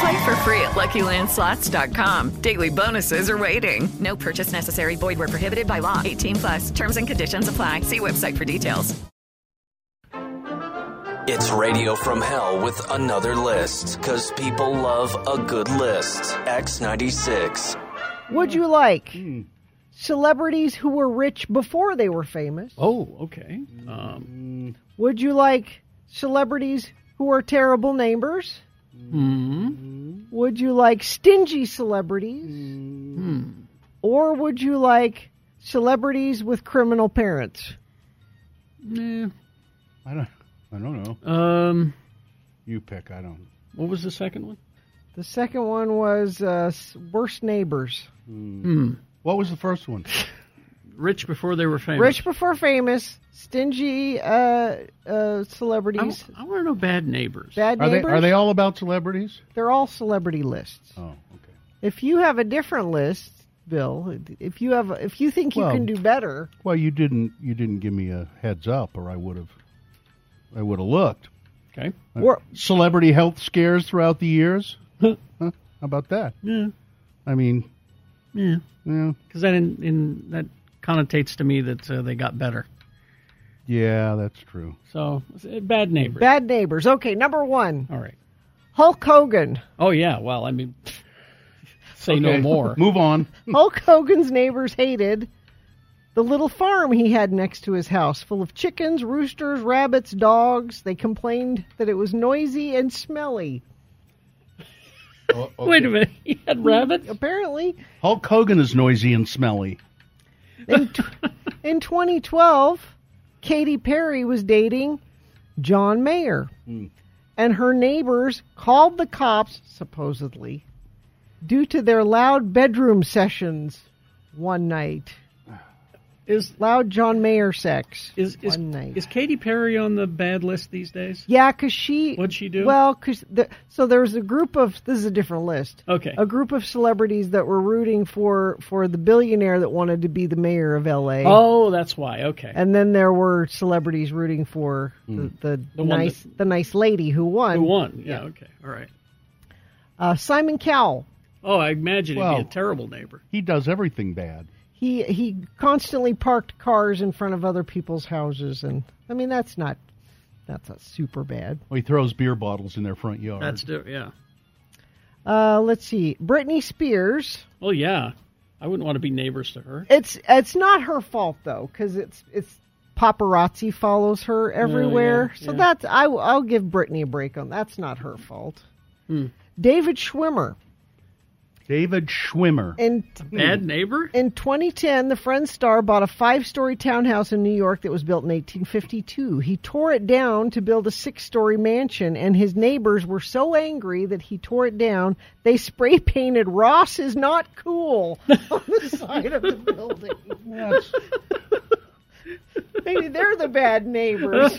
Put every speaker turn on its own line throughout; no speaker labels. Play for free at LuckyLandSlots.com. Daily bonuses are waiting. No purchase necessary. Void where prohibited by law. 18 plus. Terms and conditions apply. See website for details.
It's Radio from Hell with another list, because people love a good list. X96.
Would you like celebrities who were rich before they were famous?
Oh, okay. Um,
Would you like celebrities who are terrible neighbors?
hmm.
Would you like stingy celebrities?
Hmm.
Or would you like celebrities with criminal parents?
Nah.
I don't. I don't know.
Um,
You pick. I don't.
what was the second one?
The second one was uh, s- worst neighbors.
Hmm.
What was the first one?
Rich before they were famous.
Rich before famous, stingy uh, uh,
I,
celebrities.
want to know bad neighbors.
Bad
Are they
neighbors.
are they all about celebrities?
They're all celebrity lists.
Oh, okay.
If you have a different list, Bill, if you have, if you think you
Well-
can do better,
Well, you didn't you didn't give me a heads up, or I would have I would have looked.
Okay.
Or-
Celebrity health scares throughout the years. huh? How about that?
Yeah.
I mean,
Yeah.
yeah,
Because that in, in that connotates to me that uh, they got better.
yeah, that's true.
So uh, bad neighbors.
bad neighbors. Okay, number one,
All right.
Hulk Hogan.
Oh yeah. Well, I mean, say no
Okay,
more.
Move on.
Hulk Hogan's neighbors hated the little farm he had next to his house, full of chickens, roosters, rabbits, dogs. They complained that it was noisy and smelly.
Wait a minute. He had rabbits.
Apparently,
Hulk Hogan is noisy and smelly.
in 2012, Katy Perry was dating John Mayer, and her neighbors called the cops supposedly due to their loud bedroom sessions one night.
Is
Loud John Mayer sex.
is is
One night.
is Katy Perry on the bad list these days?
Yeah, because she.
What'd she do?
Well, because the, so there was a group of this is a different list.
Okay.
A group of celebrities that were rooting for for the billionaire that wanted to be the mayor of L.A.
Oh, that's why. Okay.
And then there were celebrities rooting for the, the,
The one
nice the nice lady who won.
Who won? Yeah. Okay. All right.
Uh, Simon Cowell.
Oh, I imagine
Well-
he'd be a terrible neighbor.
He does everything bad.
He he constantly parked cars in front of other people's houses, and I mean that's not that's not super bad.
Well, he throws beer bottles in their front yard.
That's do- yeah.
Uh, let's see, Britney Spears.
Well, yeah. I wouldn't want to be neighbors to her.
It's it's not her fault though, because it's it's paparazzi follows her everywhere.
Oh, yeah,
So
yeah.
that's I I'll give Britney a break on that's not her fault.
Hmm.
David Schwimmer
David Schwimmer.
in
Bad neighbor?
in 2010, the Friends star bought a five-story townhouse in New York that was built in 1852. He tore it down to build a six-story mansion, and his neighbors were so angry that he tore it down. They spray painted "Ross is not cool" on the side of the building.
That's-
Maybe they're the bad neighbors.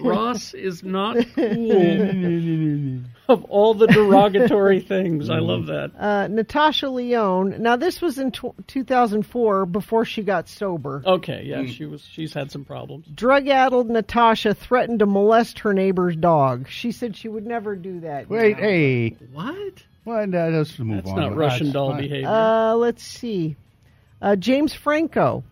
Ross is not cool. Mm-hmm. of all the derogatory things, I love that.
Uh, Natasha Leone. Now, this was in tw 2004, before she got sober.
Okay, yeah, she was. She's had some problems.
Drug-addled Natasha threatened to molest her neighbor's dog. She said she would never do that.
Wait, hey.
What?
Well, no, let's move
That's
on.
not Russian
That's
doll
fine.
behavior.
Uh, let's see. Uh, James Franco.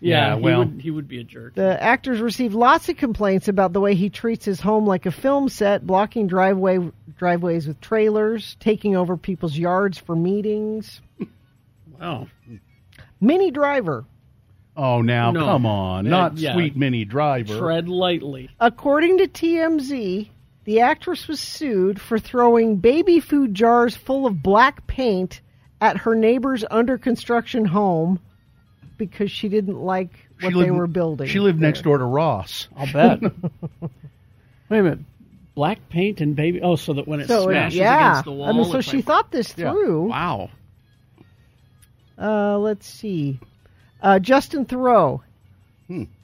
yeah,
yeah, well-
he would, he would be a jerk.
The actors received lots of complaints about the way he treats his home like a film set, blocking driveway driveways with trailers, taking over people's yards for meetings.
Wow.
Minnie Driver.
Oh, now
No.
come on,
Uh,
not
yeah.
Sweet Mini Driver.
Tread lightly.
According to TMZ, the actress was sued for throwing baby food jars full of black paint at her neighbor's under construction home because she didn't like what they
lived-
were building.
She lived next door to Ross.
I'll bet. Wait a minute. Black paint and baby. Oh, so that when it
So,
smashes
yeah.
against the wall.
I mean, so
it's
she
like-
thought this
Yeah.
through.
Wow.
Uh, let's see. Uh, Justin Thoreau.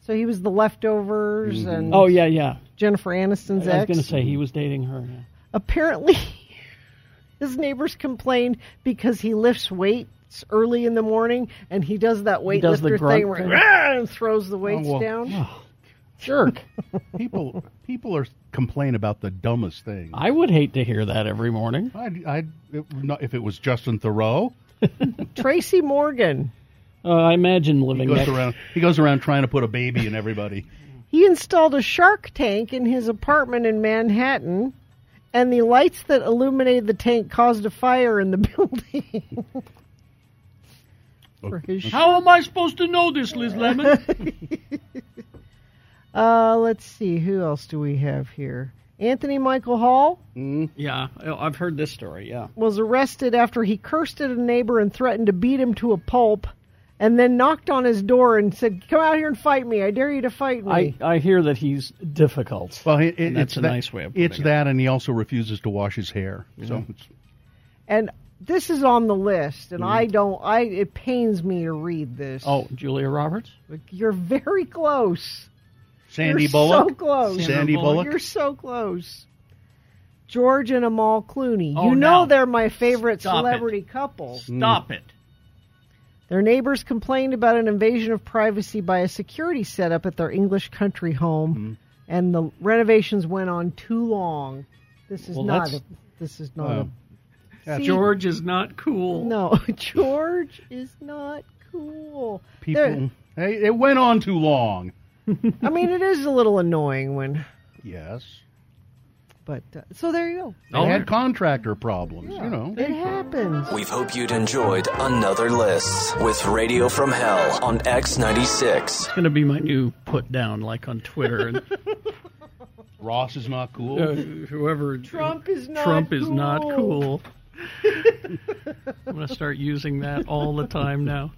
So he was the leftovers and
Oh yeah, yeah.
Jennifer
I
Aniston's
was
ex.
going to say he was dating her. yeah.
Apparently, his neighbors complained because he lifts weights early in the morning and he does that weightlifter
does the grunt
thing where
thing. Oh,
he "Rah!" and throws the weights
well,
down.
Jerk.
people people are complain about the dumbest things.
I would hate to hear that every morning.
I'd, I'd it, not, if it was Justin Thoreau,
Tracy Morgan.
Uh, I imagine living
he goes
next-
around he goes around trying to put a baby in everybody.
He installed a shark tank in his apartment in Manhattan, and the lights that illuminated the tank caused a fire in the building. For his
How am I supposed to know this, Liz Lemon?
Uh, let's see. Who else do we have here? Anthony Michael Hall
yeah, I- I've heard this story. Yeah.
was arrested after he cursed at a neighbor and threatened to beat him to a pulp, and then knocked on his door and said, "Come out here and fight me! I dare you to fight me!"
I, I hear that he's difficult.
Well, it, it,
And that's
it's
a
that,
nice way of
It's
putting it. Mm-hmm.
that, and he also refuses to wash his hair. So it's,
and this is on the list, and I don't. I it pains me to read this.
Mm-hmm. Oh, Julia Roberts?
You're very close.
Sandy
You're
Bullock.
So close.
Sandy Bullock.
You're so close. George and Amal Clooney.
Oh,
you know
now.
they're my favorite
Stop it.
celebrity couple.
Stop it.
Their neighbors complained about an invasion of privacy by a security setup at their English country home,
Hmm.
and the renovations went on too long. This is
Well,
not.
that's-
a- this is not.
Wow.
a, See,
George is not cool.
No, George is not cool.
people. Hey, it went on too long.
I mean, it is a little annoying when,
Yes,
but uh, so there you go.
they
Oh,
had contractor problems. You know,
It happens.
We hope you'd enjoyed another list with Radio from Hell on X96.
It's going to be my new put down, like on Twitter. And,
Ross is not cool.
uh, whoever
Trump is not.
Trump
cool.
is not cool. I'm going to start using that all the time now.